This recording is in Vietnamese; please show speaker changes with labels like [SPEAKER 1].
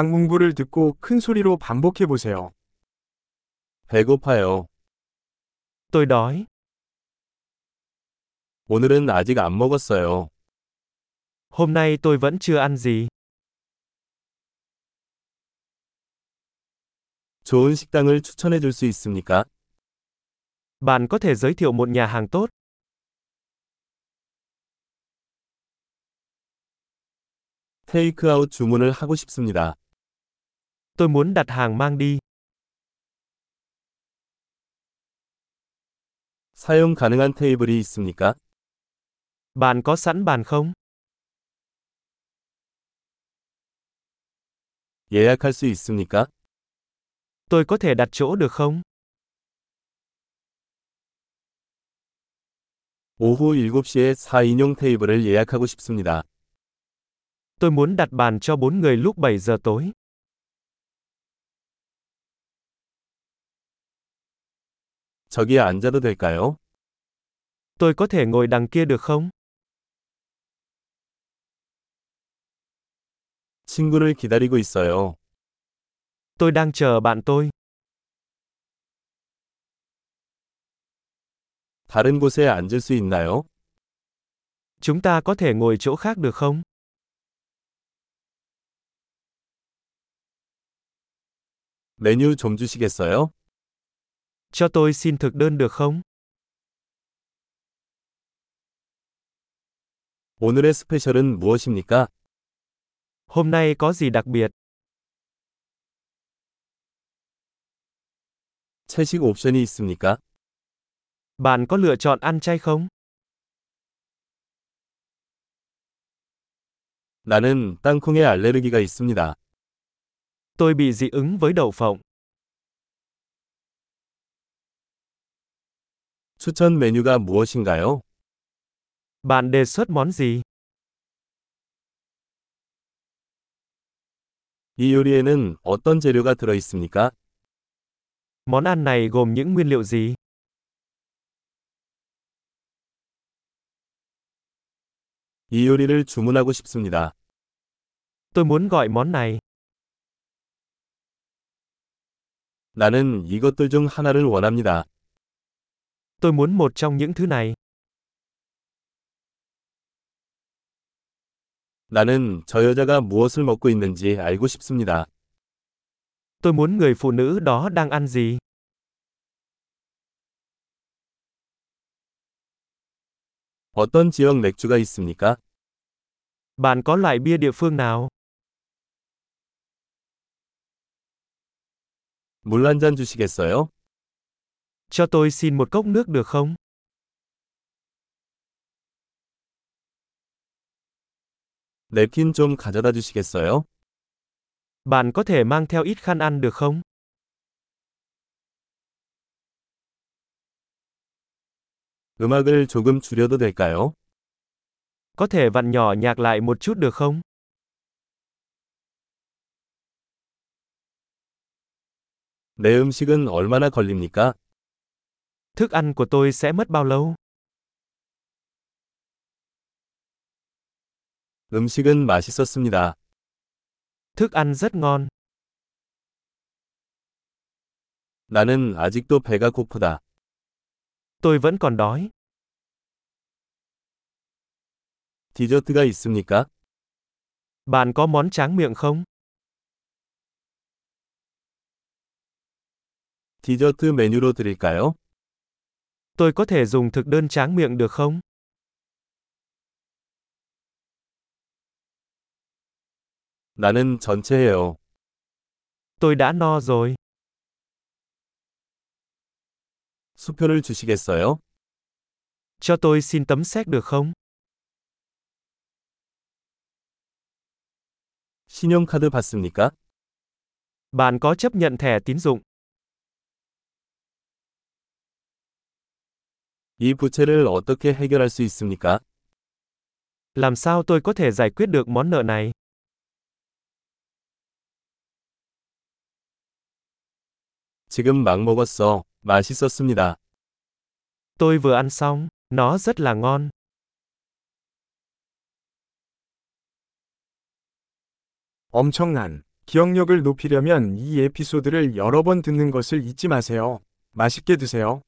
[SPEAKER 1] 강문부를 듣고 큰 소리로 반복해 보세요.
[SPEAKER 2] 배고파요.
[SPEAKER 3] Tôi đói.
[SPEAKER 2] 오늘은 아직 안 먹었어요.
[SPEAKER 3] Hôm nay tôi vẫn chưa ăn gì.
[SPEAKER 2] 좋은 식당을 추천해 줄 수 있습니까?
[SPEAKER 3] Bạn có thể giới thiệu một nhà hàng tốt.
[SPEAKER 2] 테이크아웃 주문을 하고 싶습니다.
[SPEAKER 3] Tôi muốn đặt hàng mang đi.
[SPEAKER 2] 사용 가능한 테이블이 있습니까?
[SPEAKER 3] Bạn có sẵn bàn không?
[SPEAKER 2] 예약할 수 있습니까?
[SPEAKER 3] Tôi có thể đặt chỗ được không?
[SPEAKER 2] 오후 7시에 4인용 테이블을 예약하고 싶습니다.
[SPEAKER 3] Tôi muốn đặt bàn cho 4 người lúc 7 giờ tối.
[SPEAKER 2] 저기 앉아도 될까요?
[SPEAKER 3] Tôi có thể ngồi đằng kia được không?
[SPEAKER 2] 친구를 기다리고 있어요.
[SPEAKER 3] Tôi đang chờ bạn tôi.
[SPEAKER 2] 다른 곳에 앉을 수 있나요?
[SPEAKER 3] Chúng ta có thể ngồi chỗ khác được không?
[SPEAKER 2] 메뉴 좀 주시겠어요?
[SPEAKER 3] Cho tôi xin thực đơn được không?
[SPEAKER 2] 오늘의 스페셜은 무엇입니까?
[SPEAKER 3] Hôm nay có gì đặc biệt?
[SPEAKER 2] 채식 옵션이 있습니까?
[SPEAKER 3] Bạn có lựa chọn ăn chay không?
[SPEAKER 2] 나는 땅콩에 알레르기가 있습니다.
[SPEAKER 3] Tôi bị dị ứng với đậu phộng.
[SPEAKER 2] 추천 메뉴가 무엇인가요?
[SPEAKER 3] Bạn đề xuất món gì?
[SPEAKER 2] 이 요리에는 어떤 재료가 들어 있습니까?
[SPEAKER 3] Món ăn này gồm những nguyên liệu gì?
[SPEAKER 2] 이 요리를 주문하고 싶습니다.
[SPEAKER 3] Tôi muốn gọi món này.
[SPEAKER 2] 나는 이것들 중 하나를 원합니다.
[SPEAKER 3] Tôi muốn một trong những thứ này.
[SPEAKER 2] 나는 저 여자가 무엇을 먹고 있는지 알고 싶습니다.
[SPEAKER 3] Tôi muốn người phụ nữ đó đang ăn gì.
[SPEAKER 2] 어떤 지역 맥주가 있습니까?
[SPEAKER 3] Bạn có loại bia địa phương nào?
[SPEAKER 2] 물 한 잔 주시겠어요?
[SPEAKER 3] Cho tôi xin một cốc nước được không?
[SPEAKER 2] 냅킨 좀 가져다 주시겠어요?
[SPEAKER 3] Bạn có thể mang theo ít khăn ăn được không?
[SPEAKER 2] 음악을 조금 줄여도 될까요?
[SPEAKER 3] Có thể vặn nhỏ nhạc lại một chút được không?
[SPEAKER 2] 내 음식은 얼마나 걸립니까?
[SPEAKER 3] Thức ăn của tôi sẽ mất bao lâu?
[SPEAKER 2] 음식은 맛있었습니다.
[SPEAKER 3] Thức ăn rất ngon.
[SPEAKER 2] 나는 아직도 배가 고프다.
[SPEAKER 3] Tôi vẫn còn đói.
[SPEAKER 2] 디저트가 있습니까?
[SPEAKER 3] Bạn có món tráng miệng không?
[SPEAKER 2] 디저트 메뉴로 드릴까요?
[SPEAKER 3] Tôi có thể dùng thực đơn tráng miệng được không?
[SPEAKER 2] 나는 전체예요.
[SPEAKER 3] Tôi đã no rồi.
[SPEAKER 2] 수표를 주시겠어요?
[SPEAKER 3] Cho tôi xin tấm séc được không?
[SPEAKER 2] 신용카드 받습니까?
[SPEAKER 3] Bạn có chấp nhận thẻ tín dụng?
[SPEAKER 2] 이 부채를 어떻게 해결할 수 있습니까?
[SPEAKER 3] Làm sao tôi có thể giải quyết được món nợ này?
[SPEAKER 2] 지금 막 먹었어. 맛있었습니다.
[SPEAKER 3] Tôi vừa ăn xong, nó rất là ngon.
[SPEAKER 1] 엄청난 기억력을 높이려면 이 에피소드를 여러 번 듣는 것을 잊지 마세요. 맛있게 드세요.